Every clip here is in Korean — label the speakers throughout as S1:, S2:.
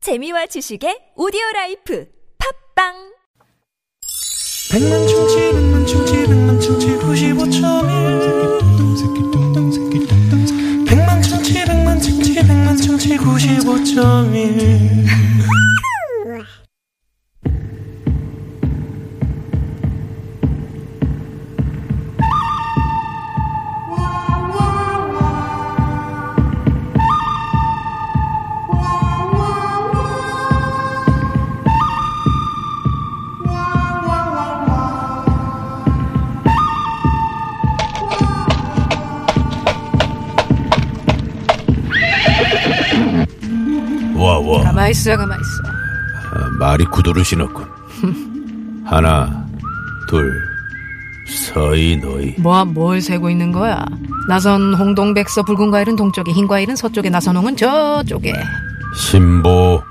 S1: 재미와 지식의 오디오 라이프 팝빵
S2: 백만 충치 백만 충치 백만 충치 95.1 백만 충치 백만 충치 백만 충치 95.1
S3: 와와
S4: 가만 있어, 가만 있어.
S3: 아, 말이 구두를 신었군 하나 둘 서이 너희
S4: 뭐, 뭘 세고 있는 거야? 나선 홍동 백서 붉은 과일은 동쪽에, 흰 과일은 서쪽에, 나선홍은 저쪽에.
S3: 신보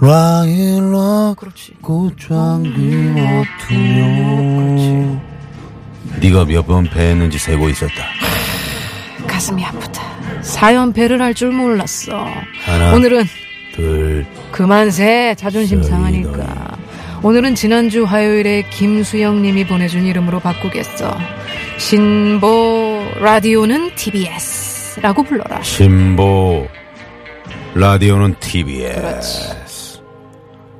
S5: 라일락
S4: 그렇지.
S5: 꽃장기 어투요
S3: 네가 몇 번 패했는지 세고 있었다
S4: 가슴이 아프다. 사연패를 할 줄 몰랐어.
S3: 하나.
S4: 오늘은
S3: 둘
S4: 아. 그만세 자존심
S3: 저리
S4: 상하니까. 오늘은 지난주 화요일에 김수영님이 보내준 이름으로 바꾸겠어. 신보 라디오는 TBS라고 불러라.
S3: 신보 라디오는 TBS
S4: 아.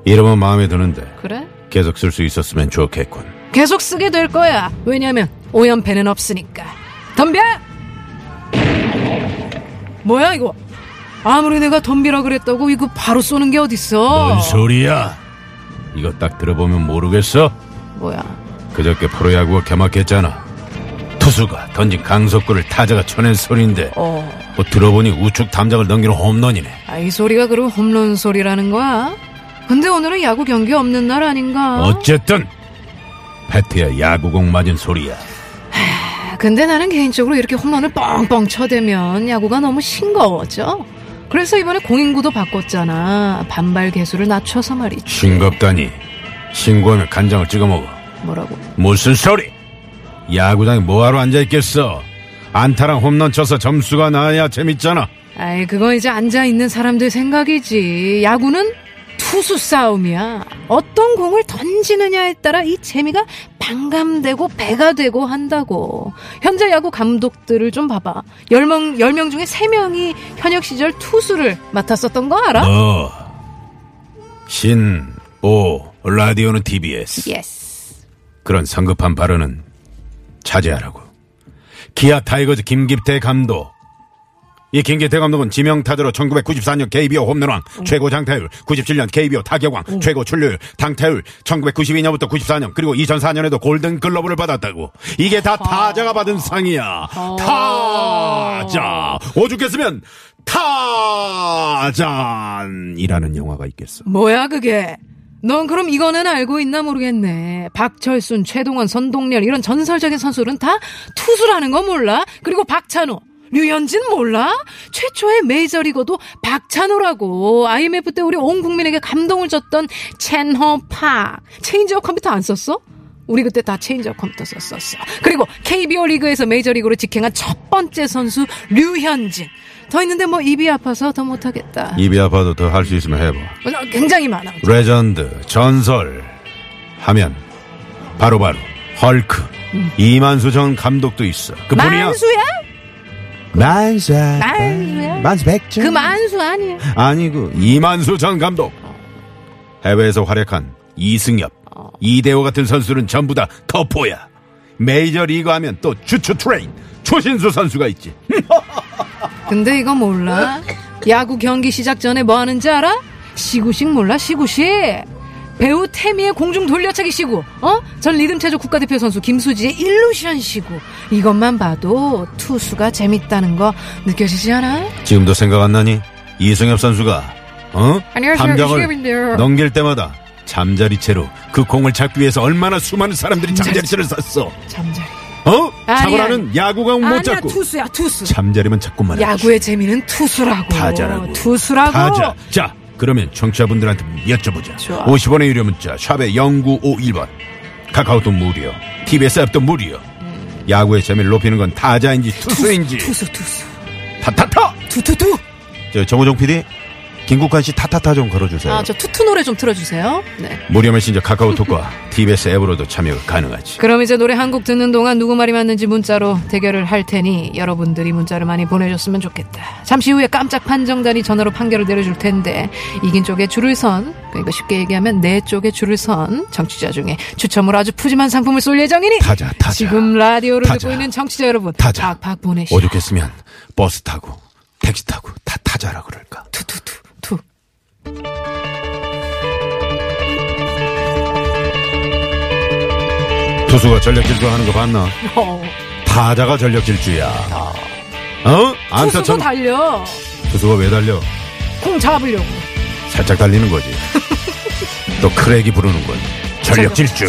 S3: 이름은 마음에 드는데
S4: 그래?
S3: 계속 쓸 수 있었으면 좋겠군
S4: 계속 쓰게 될 거야. 왜냐면 오연패는 없으니까. 덤벼! 뭐야 이거? 아무리 내가 덤비라 그랬다고 이거 바로 쏘는 게 어딨어?
S3: 소리야 이거 딱 들어보면 모르겠어
S4: 뭐야?
S3: 그저께 프로야구가 개막했잖아 투수가 던진 강속구를 타자가 쳐낸 소리인데
S4: 어,
S3: 뭐 들어보니 우측 담장을 넘기는 홈런이네.
S4: 아, 이 소리가 그럼 홈런 소리라는 거야? 근데 오늘은 야구 경기 없는 날 아닌가?
S3: 어쨌든 패트야 야구공 맞은 소리야.
S4: 아, 근데 나는 개인적으로 이렇게 홈런을 뻥뻥 쳐대면 야구가 너무 싱거워져. 그래서 이번에 공인구도 바꿨잖아. 반발 개수를 낮춰서 말이지.
S3: 싱겁다니. 신고하면 간장을 찍어 먹어.
S4: 뭐라고?
S3: 무슨 소리? 야구장에 뭐하러 앉아 있겠어? 안타랑 홈런 쳐서 점수가 나야 재밌잖아.
S4: 아이, 그건 이제 앉아있는 사람들 생각이지. 야구는 투수 싸움이야. 어떤 공을 던지느냐에 따라 이 재미가 반감되고 배가 되고 한다고. 현재 야구 감독들을 좀 봐봐. 10명, 10명 중에 3명이 현역 시절 투수를 맡았었던 거 알아?
S3: 너 어. 신, 오, 라디오는 TBS.
S4: 예스.
S3: 그런 성급한 발언은 자제하라고. 기아 타이거즈 김기태 감독. 이 김기태 감독은 지명타자로 1994년 KBO 홈런왕, 최고 장타율, 97년 KBO 타격왕, 최고 출루율, 당타율, 1992년부터 94년, 그리고 2004년에도 골든 글러브를 받았다고. 이게 다 타자가 받은 상이야. 타자. 오죽했으면 타잔이라는 영화가 있겠어.
S4: 뭐야 그게? 넌 그럼 이거는 알고 있나 모르겠네. 박철순, 최동원, 선동열 이런 전설적인 선수들은 다 투수라는 거 몰라? 그리고 박찬호, 류현진 몰라? 최초의 메이저리거도 박찬호라고 IMF 때 우리 온 국민에게 감동을 줬던 첸허 팍. 체인지업 컴퓨터 안 썼어? 우리 그때 다 체인지업 컴퓨터 썼었어. 그리고 KBO 리그에서 메이저리그로 직행한 첫 번째 선수 류현진. 더 있는데 뭐 입이 아파서 더 못하겠다. 어,
S3: 입이 아파도 더 할 수 있으면 해봐.
S4: 굉장히 많아.
S3: 레전드, 전설 하면 바로바로 헐크, 이만수 전 감독도 있어. 그뿐이야.
S4: 만수야?
S3: 만수.
S2: 아,
S4: 만수야?
S2: 네.
S5: 만수 백점
S4: 그 만수 아니야.
S3: 아니고 그 이만수 전 감독. 해외에서 활약한 이승엽, 이대호 같은 선수는 전부 다 거포야. 메이저 리그 하면 또 주추 트레인, 초신수 선수가 있지.
S4: 근데 이거 몰라. 야구 경기 시작 전에 뭐 하는지 알아? 시구식 몰라, 시구식. 배우 태미의 공중 돌려차기 시구, 어? 전 리듬체조 국가대표 선수 김수지의 일루션 시구. 이것만 봐도 투수가 재밌다는 거 느껴지지 않아?
S3: 지금도 생각 안 나니? 이승엽 선수가 어?
S4: 안녕하세요,
S3: 담장을
S4: 이승엽인데요.
S3: 넘길 때마다 잠자리채로 그 공을 잡기 위해서 얼마나 수많은 사람들이 잠자리채를 샀어.
S4: 잠자리.
S3: 어?
S4: 아니,
S3: 잡으라는 야구공 못
S4: 아니야,
S3: 잡고
S4: 투수야, 투수.
S3: 뭐 잠자리만 잡고만 해.
S4: 야구의 재미는 투수라고.
S3: 타자라고.
S4: 투수라고.
S3: 타자. 자, 그러면 청취자분들한테 여쭤보자.
S4: 좋아.
S3: 50원의 유료 문자 샵에 0951번. 카카오톡 무료. TBS 앱도 무료. 야구의 재미를 높이는 건 타자인지 투수인지
S4: 투수, 투수.
S3: 타타타.
S4: 투투투.
S3: 저 정우정 PD, 김국환 씨 타타타 좀 걸어주세요.
S4: 아, 저 투투 노래 좀 틀어주세요. 네.
S3: 무료 메신저 카카오톡과 TBS 앱으로도 참여가 가능하지.
S4: 그럼 이제 노래 한 곡 듣는 동안 누구 말이 맞는지 문자로 대결을 할 테니 여러분들이 문자를 많이 보내줬으면 좋겠다. 잠시 후에 깜짝 판정단이 전화로 판결을 내려줄 텐데 이긴 쪽에 줄을 선 그러니까 쉽게 얘기하면 내 쪽에 줄을 선 정치자 중에 추첨으로 아주 푸짐한 상품을 쏠 예정이니
S3: 타자, 타자.
S4: 지금 라디오를
S3: 타자.
S4: 듣고 있는 정치자 여러분
S3: 타자.
S4: 박박 보내시오.
S3: 오죽했으면 버스 타고 택시 타고 다 타자라 그럴까.
S4: 투투투 투.
S3: 투수가 전력 질주하는 거 봤나?
S4: 어,
S3: 타자가 전력 질주야. 어?
S4: 투수도
S3: 안타처럼
S4: 달려
S3: 투수가 왜 달려?
S4: 공 잡으려고.
S3: 살짝 달리는 거지. 또 크랙이 부르는 건 전력 질주.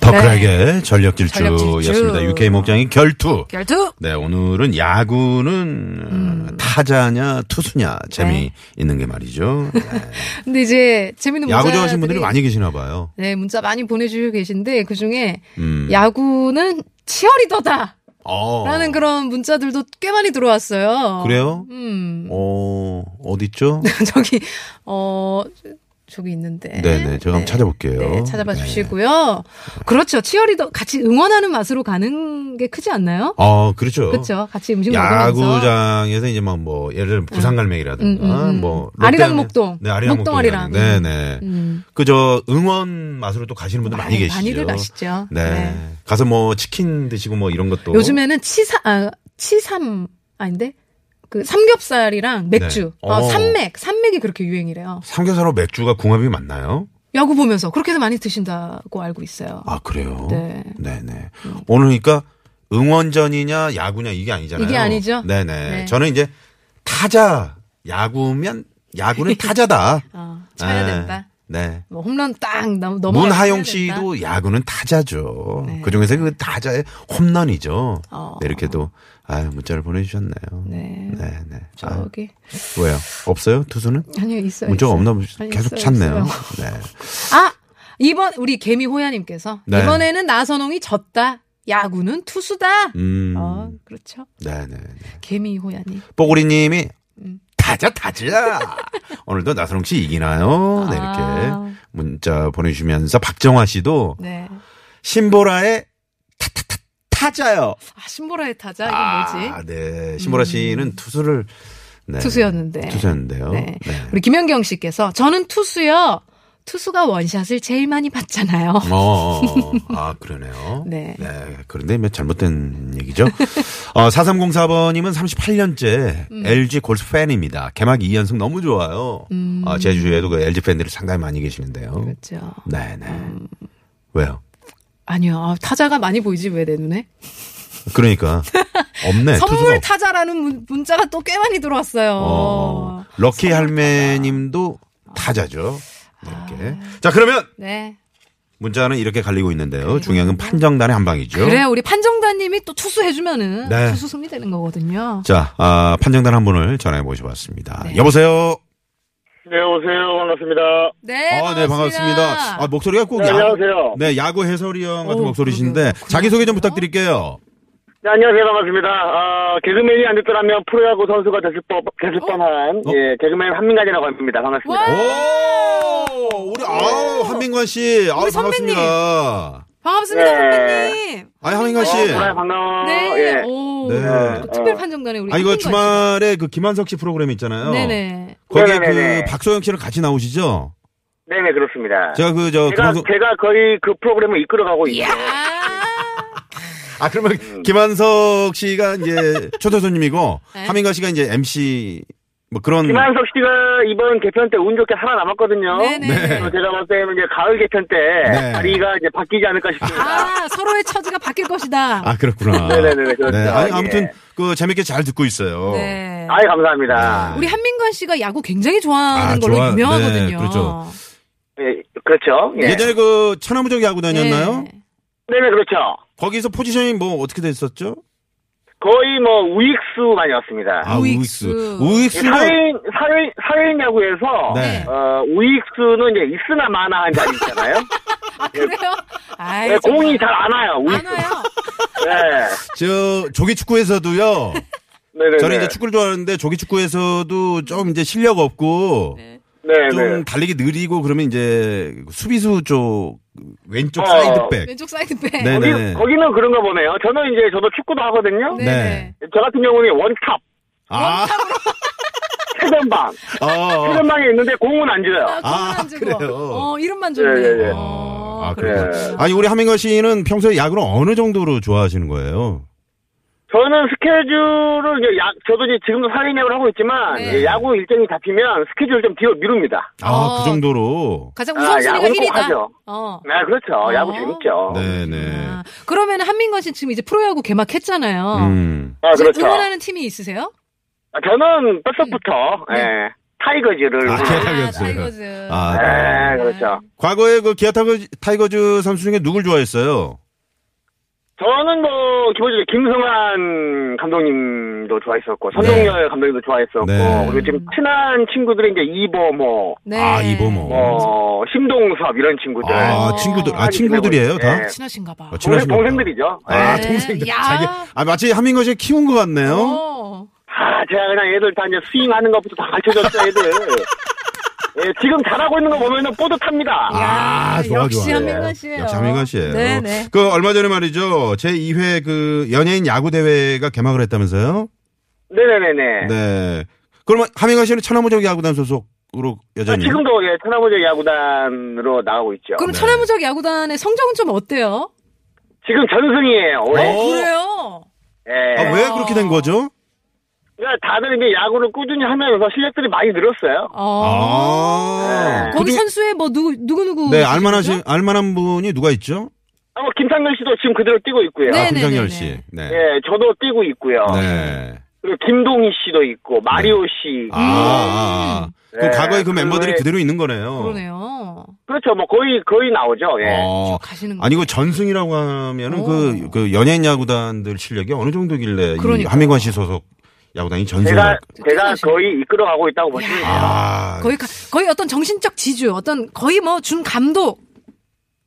S3: 더
S4: 네.
S3: 크랙의 전력
S4: 전력 질주.
S3: 질주였습니다. UK 목장이 결투.
S4: 결투.
S3: 네, 오늘은 야구는
S4: 음.
S3: 타자냐 투수냐
S4: 네.
S3: 재미 있는 게 말이죠. 네.
S4: 근데 이제 재밌는
S3: 야구
S4: 문자들이-
S3: 좋아하시는 분들이 많이 계시나 봐요.
S4: 네, 문자 많이 보내주고 계신데 그 중에
S3: 음.
S4: 야구는 치어리더다.
S3: 어.
S4: 라는 그런 문자들도 꽤 많이 들어왔어요.
S3: 그래요?
S4: 음.
S3: 어, 어딨죠?
S4: 저기 어 저기 있는데.
S3: 네네, 제가 한번 찾아볼게요.
S4: 네, 찾아봐 주시고요. 그렇죠. 치어리더 같이 응원하는 맛으로 가는 게 크지 않나요?
S3: 어, 그렇죠.
S4: 그렇죠. 같이 음식 먹으면서
S3: 야구장에서 이제 막 뭐, 예를 들면 부산갈매기라든가,
S4: 음, 음, 음.
S3: 뭐.
S4: 아리랑
S3: 롯데하면-
S4: 목동.
S3: 네, 아리랑
S4: 목동
S3: 목동이라는-
S4: 아리랑.
S3: 네네.
S4: 음.
S3: 그저 응원 맛으로 또 가시는 분들 많이
S4: 많이-
S3: 계시죠.
S4: 많이들 가시죠.
S3: 네.
S4: 네.
S3: 가서 뭐 치킨 드시고 뭐 이런 것도.
S4: 요즘에는 치사 아 치삼 아닌데 그 삼겹살이랑 맥주.
S3: 네.
S4: 아,
S3: 어.
S4: 삼맥. 삼맥이 그렇게 유행이래요.
S3: 삼겹살하고 맥주가 궁합이 맞나요?
S4: 야구 보면서 그렇게 해서 많이 드신다고 알고 있어요.
S3: 아, 그래요?
S4: 네.
S3: 네네. 오늘 그러니까 응원전이냐 야구냐 이게 아니잖아요.
S4: 이게 아니죠?
S3: 네네.
S4: 네.
S3: 저는 이제 타자 야구면 야구는 타자다.
S4: 어, 쳐야
S3: 네.
S4: 된다.
S3: 네.
S4: 뭐 홈런 딱 넘- 넘어.
S3: 문하용 씨도 야구는 타자죠. 그 중에서 그 타자의 홈런이죠.
S4: 네. 어.
S3: 네, 이렇게도 아 문자를 보내주셨네요.
S4: 네.
S3: 네네. 아,
S4: 저기
S3: 왜요? 없어요? 투수는?
S4: 아니요 있어요.
S3: 문자가
S4: 있어요.
S3: 없나 보시
S4: 아니,
S3: 계속
S4: 있어요,
S3: 찾네요.
S4: 있어요.
S3: 네.
S4: 아 이번 우리 개미 호야님께서
S3: 네.
S4: 이번에는 나선홍이 졌다. 야구는 투수다.
S3: 음.
S4: 어 그렇죠.
S3: 네네.
S4: 개미 호야님.
S3: 뽀구리님이
S4: 음.
S3: 타자 타자 오늘도 나선홍 씨 이기나요? 네 이렇게
S4: 아.
S3: 문자 보내주시면서 박정화 씨도
S4: 네.
S3: 신보라의 타타타 타자요.
S4: 아 신보라의 타자 이게
S3: 아,
S4: 뭐지? 음.
S3: 네 신보라 씨는 투수를 네.
S4: 투수였는데.
S3: 투수였는데요.
S4: 네.
S3: 네.
S4: 우리 김현경 씨께서 저는 투수요. 투수가 원샷을 제일 많이 받잖아요.
S3: 어, 어, 어. 아, 그러네요.
S4: 네.
S3: 그런데 몇 잘못된 얘기죠. 어, 4304번님은 38년째
S4: 음.
S3: LG 골프 팬입니다. 개막 2연승 너무 좋아요. 아, 제주에도 그 LG 팬들이 상당히 많이 계시는데요.
S4: 음. 그렇죠.
S3: 네네. 왜요?
S4: 아니요. 아, 타자가 많이 보이지 왜 내 눈에?
S3: 그러니까. 없네. 투수가
S4: 선물
S3: 없-
S4: 타자라는 문, 문자가 또 꽤 많이 들어왔어요.
S3: 어, 럭키 할매님도 타자죠.
S4: 아.
S3: 이렇게. 자, 그러면
S4: 네.
S3: 문자는 이렇게 갈리고 있는데요. 중요한 건 판정단의 한 방이죠.
S4: 그래요. 우리 판정단님이 또 투수해주면은
S3: 네.
S4: 투수 승리되는 거거든요.
S3: 자, 아, 판정단 한 분을 전화해 모셔봤습니다. 여보세요.
S6: 네, 오세요. 반갑습니다.
S4: 네.
S3: 아, 네, 반갑습니다. 아, 목소리가 꼭
S6: 네,
S3: 야구-
S6: 안녕하세요.
S3: 네, 야구 해설위원 같은
S4: 오,
S3: 목소리신데
S4: 그러게요.
S3: 자기 소개 좀 부탁드릴게요.
S6: 네, 안녕하세요. 반갑습니다. 아, 개그맨이 안 됐더라면 프로야구 선수가 됐을 법, 됐을 뻔한,
S3: 어?
S6: 예, 개그맨 한민간이라고 합니다.
S3: 뭐,
S6: 반갑습니다.
S3: 오! 우리 아우, 한민관 씨. 아우,
S4: 네. 우리 선배님.
S3: 반갑습니다.
S4: 반갑습니다,
S6: 네.
S4: 선배님.
S3: 아이, 한민관 씨.
S6: 어, 보라야, 반가워.
S4: 네.
S6: 예.
S4: 오.
S3: 네.
S4: 또 특별 판정단에 우리.
S3: 아, 이거
S4: 한민관 씨가.
S3: 주말에 어. 그 김한석 씨 프로그램 있잖아요.
S4: 음, 네네.
S3: 거기에
S6: 네네네.
S3: 그 박소영 씨랑 같이 나오시죠?
S6: 네네, 그렇습니다.
S3: 제가 그, 저, 그
S6: 제가,
S3: 방송-
S6: 제가 거의 그 프로그램을 이끌어가고 있어요.
S4: 아.
S3: 아, 그러면
S6: 음.
S3: 김한석 씨가 이제 초대 손님이고,
S4: 네.
S3: 한민관 씨가 이제 MC, 뭐 그런.
S6: 김한석 씨가 이번 개편 때 운 좋게 살아남았거든요.
S4: 네네.
S3: 네.
S6: 그래서 제가 봤을 때는 이제 가을 개편 때
S3: 네.
S6: 다리가 이제 바뀌지 않을까 싶습니다.
S4: 아, 서로의 처지가 바뀔 것이다.
S3: 아, 그렇구나.
S6: 네네네, 그렇죠.
S3: 네, 아니, 아무튼
S6: 예.
S3: 그 재밌게 잘 듣고 있어요.
S4: 네.
S6: 아이, 예. 감사합니다.
S4: 우리 한민관 씨가 야구 굉장히 좋아하는
S3: 아,
S4: 걸로
S3: 좋아-
S4: 유명하거든요.
S3: 네, 그렇죠.
S6: 예, 그렇죠. 예.
S3: 예전에 그 천하무적 야구 다녔나요?
S4: 네.
S6: 네네, 그렇죠.
S3: 거기서 포지션이 뭐 어떻게 됐었죠?
S6: 거의 뭐 우익수 많이 왔습니다.
S7: 아,
S3: 우익수.
S7: 우익수.
S3: 우익수는
S6: 예, 사회인, 사회, 사회인 야구에서,
S3: 네.
S6: 어, 우익수는 이제 있으나 마나 한 자리 있잖아요.
S4: 아 그래요? 아이,
S6: 네,
S4: 정말.
S6: 공이 잘 안 와요,
S4: 안
S6: 우익수.
S4: 와요.
S6: 네.
S3: 저 조기 축구에서도요.
S6: 네네네.
S3: 저는 이제 축구를 좋아하는데 조기 축구에서도 좀 이제 실력 없고
S6: 네네.
S3: 좀 달리기 느리고 그러면 이제 수비수 쪽 왼쪽
S6: 어.
S3: 사이드백.
S4: 왼쪽 사이드 빼.
S3: 네.
S6: 거기,
S3: 네네.
S6: 거기는 그런가 보네요. 저는 이제 저도 축구도 하거든요.
S4: 네.
S3: 네.
S6: 저 같은 경우는 원탑,
S3: 아,
S6: 최전방.
S3: 어, 어.
S6: 최전방에 있는데 공은 안 줘요.
S4: 아, 공만
S3: 아,
S4: 주고.
S3: 그래요?
S4: 어, 이름만 주네.
S6: 예, 예, 예.
S4: 어,
S7: 아,
S4: 그렇구나.
S6: 그래요.
S3: 아니 우리 하민걸 씨는 평소에 야구를 어느 정도로 좋아하시는 거예요?
S6: 저는 스케줄을, 이제 야, 저도 이제 지금도 사회인 야구를 하고 있지만,
S4: 네.
S6: 이제 야구 일정이 잡히면 스케줄을 좀 뒤로 미룹니다.
S3: 아,
S4: 어.
S3: 그 정도로.
S4: 가장
S6: 아,
S4: 우선순위가
S6: 야구는 꼭
S4: 1위다.
S6: 하죠.
S4: 어.
S6: 네, 그렇죠. 야구
S4: 어.
S6: 재밌죠.
S3: 네, 네.
S4: 아, 그러면 한민건 씨 지금 이제 프로야구 개막했잖아요.
S3: 음.
S6: 아,
S4: 지금
S6: 그렇죠.
S4: 응원하는 팀이 있으세요?
S6: 아, 저는 뼛속부터
S4: 네.
S6: 예, 타이거즈를
S3: 아,
S6: 응원해요.
S3: 타이거즈.
S4: 타이거즈.
S3: 아,
S6: 예, 그렇죠.
S3: 과거에 그 기아 타이거- 타이거즈 선수 중에 누굴 좋아했어요?
S6: 저는 뭐 기본적으로 김성환 감독님도 좋아했었고 선동열 감독님도 좋아했었고
S3: 네.
S6: 그리고 지금 친한 친구들이 이제 이보모,
S4: 네.
S3: 아, 이범호.
S6: 뭐 심동섭 이런 친구들
S3: 아, 친구들. 아, 친구들이에요, 다?
S6: 예.
S4: 친하신가 봐.
S3: 어,
S6: 동생,
S3: 친하신가 보다.
S6: 동생들이죠. 예.
S3: 아,
S4: 네.
S3: 동생들.
S4: 야.
S3: 자기. 아, 마치 한민걸 씨 키운 것 같네요.
S4: 어.
S6: 아, 제가 그냥 애들 다 이제 스윙하는 것부터 다 가르쳐줬어 애들. 예, 지금 잘하고 있는 거 보면은 뿌듯합니다.
S3: 아, 좋아,
S4: 역시
S3: 좋아.
S4: 한민건 씨예요.
S3: 역시 한민건 씨예요.
S4: 네, 네.
S3: 그 얼마 전에 말이죠. 제2회 그 연예인 야구 대회가 개막을 했다면서요?
S6: 네네네네.
S3: 네. 그러면 한민건 씨는 천하무적 야구단 소속으로
S6: 아,
S3: 여전히
S6: 지금도 예, 천하무적 야구단으로 나가고 있죠.
S3: 네.
S4: 그럼 천하무적 야구단의 성적은 좀 어때요?
S6: 지금 전승이에요. 올해.
S3: 어?
S4: 그래요.
S6: 예.
S3: 아, 왜 그렇게 된 거죠?
S6: 그러니까 다들 이제 야구를 꾸준히 하면서 실력들이 많이 늘었어요.
S3: 아.
S4: 어. 거기
S3: 그중-
S4: 선수에 뭐 누구 누구 누구
S3: 네, 알만하신 알만한 분이 누가 있죠?
S6: 아, 뭐 김상렬 씨도 지금 그대로 뛰고 있고요.
S4: 네.
S3: 아,
S4: 네네네네.
S3: 김상열 씨. 네.
S6: 예, 저도 뛰고 있고요.
S3: 네.
S6: 그리고 김동희 씨도 있고 마리오 씨.
S4: 음.
S3: 아, 아, 아. 그
S6: 네,
S3: 과거에 그
S6: 그
S3: 멤버들이
S6: 외에-
S3: 그대로 있는 거네요.
S4: 그러네요.
S6: 그렇죠. 뭐 거의 거의 나오죠. 예.
S3: 어.
S4: 가시는 거.
S3: 아니 그 전승이라고 하면은 그, 그 연예인 야구단들 실력이 어느 정도길래 이
S4: 그러니까요.
S3: 하민관 씨 소속 야구단이 전승을
S6: 제가
S3: 할-
S6: 제가
S4: 뛰어나시네.
S6: 거의 이끌어가고 있다고 보시면 돼요.
S3: 아,
S4: 거의 가- 거의 어떤 정신적 지주, 어떤 거의 뭐 준 감독.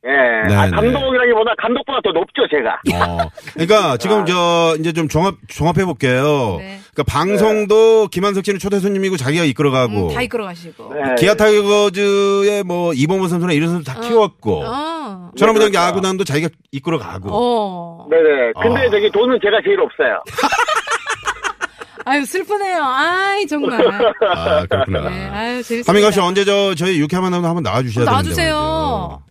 S6: 예.
S3: 네,
S6: 아,
S3: 네.
S6: 감독이라기보다 감독보다 더 높죠, 제가.
S3: 어. 그러니까 지금 저 이제 좀 종합 종합해 볼게요.
S4: 네.
S3: 그러니까 방송도 김한석 씨는 초대 손님이고 자기가 이끌어가고
S4: 음, 다 이끌어 가시고.
S6: 네.
S3: 기아 타이거즈의 뭐 이범호 선수나 이런 선수 다 키웠고
S4: 어.
S3: 전화무장
S6: 그렇죠.
S3: 야구단도 자기가 이끌어가고
S4: 어.
S6: 네네. 근데
S3: 아.
S6: 저기 돈은 제가 제일 없어요.
S4: 아유 슬프네요. 아이 정말.
S3: 아 그렇구나.
S4: 네. 아유 재밌습니다.
S3: 하민가 씨 언제 저 저희 육회 만나도 한번 나와주셔야 되는데
S4: 나와주세요.
S3: 말이죠.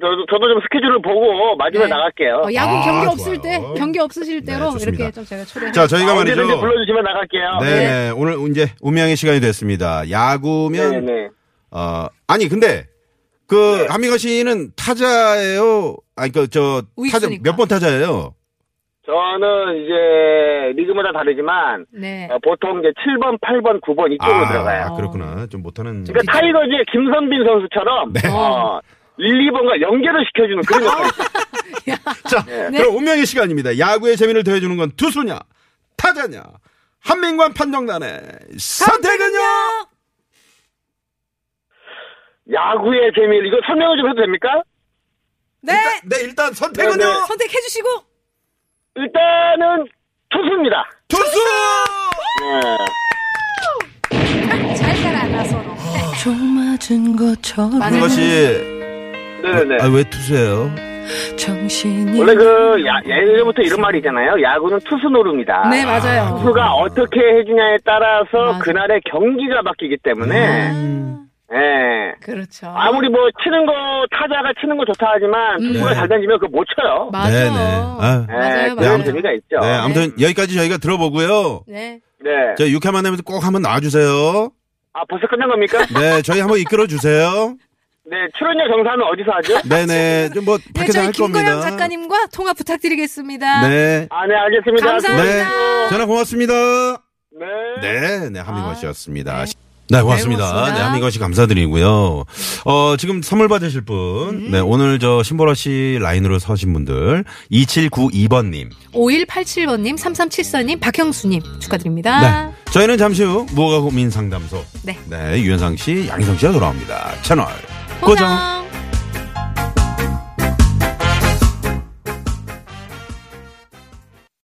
S6: 저도 저도 좀 스케줄을 보고 마지막에
S4: 네.
S6: 나갈게요.
S4: 어, 야구
S3: 아,
S4: 경기 없을
S3: 좋아요. 네,
S4: 때 경기 없으실 때로
S3: 좋습니다.
S4: 이렇게 좀 제가 초대해.
S3: 자 저희가
S6: 아,
S3: 그러니까 말이죠.
S6: 언제든지 불러주시면 나갈게요.
S3: 네, 네. 오늘 이제 운명의 시간이 됐습니다. 야구면
S6: 네네. 네.
S3: 어 아니 근데 그 한민가 씨는 타자예요. 아니 그저 타자
S4: 우익수니까.
S3: 몇 번 타자예요?
S6: 저는 이제 리그마다 다르지만
S4: 네.
S6: 어, 보통 이제 7번, 8번, 9번 이쪽으로 아, 들어가요.
S3: 아, 그렇구나. 좀 못하는.
S6: 그러니까 타이거즈의 김선빈 선수처럼
S3: 네.
S6: 어, 1, 2번과 연결을 시켜주는 그런 역할이 있어요.
S3: 자,
S4: 네.
S3: 그럼 운명의 시간입니다. 야구의 재미를 더해주는 건 투수냐, 타자냐, 한민관 판정단의 선택은요?
S6: 야구의 재미를 이거 설명을 좀 해도 됩니까?
S4: 네.
S3: 네, 일단
S6: 네, 네.
S3: 선택은요?
S4: 선택해 주시고
S6: 일단은 투수입니다.
S3: 투수!
S6: 네.
S4: 잘 살아라 서로.
S2: 종 맞은 것처럼
S4: 맞아요.
S3: 그것이,
S6: 네네네.
S3: 아, 왜 투수예요?
S2: 정신이
S6: 원래 그 야, 예전부터 이런 말이 있잖아요. 야구는 투수 노름이다.
S4: 네 맞아요.
S6: 투수가 어떻게 해주냐에 따라서
S4: 맞아.
S6: 그날의 경기가 바뀌기 때문에
S3: 음.
S6: 예.
S4: 그렇죠.
S6: 아무리 뭐 치는 거 타자가 치는 거 좋다 하지만 투수가
S3: 네.
S6: 잘 던지면 그거 못 쳐요.
S4: 맞아.
S3: 네, 네. 아.
S6: 예,
S4: 음. 맞아요,
S6: 그런
S4: 맞아요.
S6: 재미가 있죠.
S3: 네, 아무튼 여기까지 저희가 들어보고요.
S4: 네.
S6: 네.
S3: 저 6회 만나면서 꼭 한번 나와주세요.
S6: 아 벌써 끝난 겁니까?
S3: 네, 저희 한번 이끌어주세요.
S6: 네, 출연료 정산은 어디서 하죠?
S3: 네네. 좀 뭐,
S4: 네,
S3: 밖에서
S4: 저희
S3: 할 겁니다.
S4: 김고영 작가님과 통화 부탁드리겠습니다.
S3: 네.
S6: 아, 네, 알겠습니다.
S4: 감사합니다.
S3: 네. 전화 고맙습니다.
S6: 네.
S3: 네, 네, 한민건
S4: 아,
S3: 씨였습니다.
S4: 네.
S3: 네, 고맙습니다.
S4: 네, 고맙습니다.
S3: 네, 한민건 씨 감사드리고요. 어, 지금 선물 받으실 분.
S4: 음.
S3: 네, 오늘 저 신보라 씨 라인으로 서신 분들. 2792번님.
S4: 5187번님, 3374님, 박형수님 축하드립니다.
S3: 네. 저희는 잠시 후 무허가 고민 상담소.
S4: 네.
S3: 유현상 씨, 양희성 씨가 돌아옵니다. 채널
S4: 고정.
S3: 고정.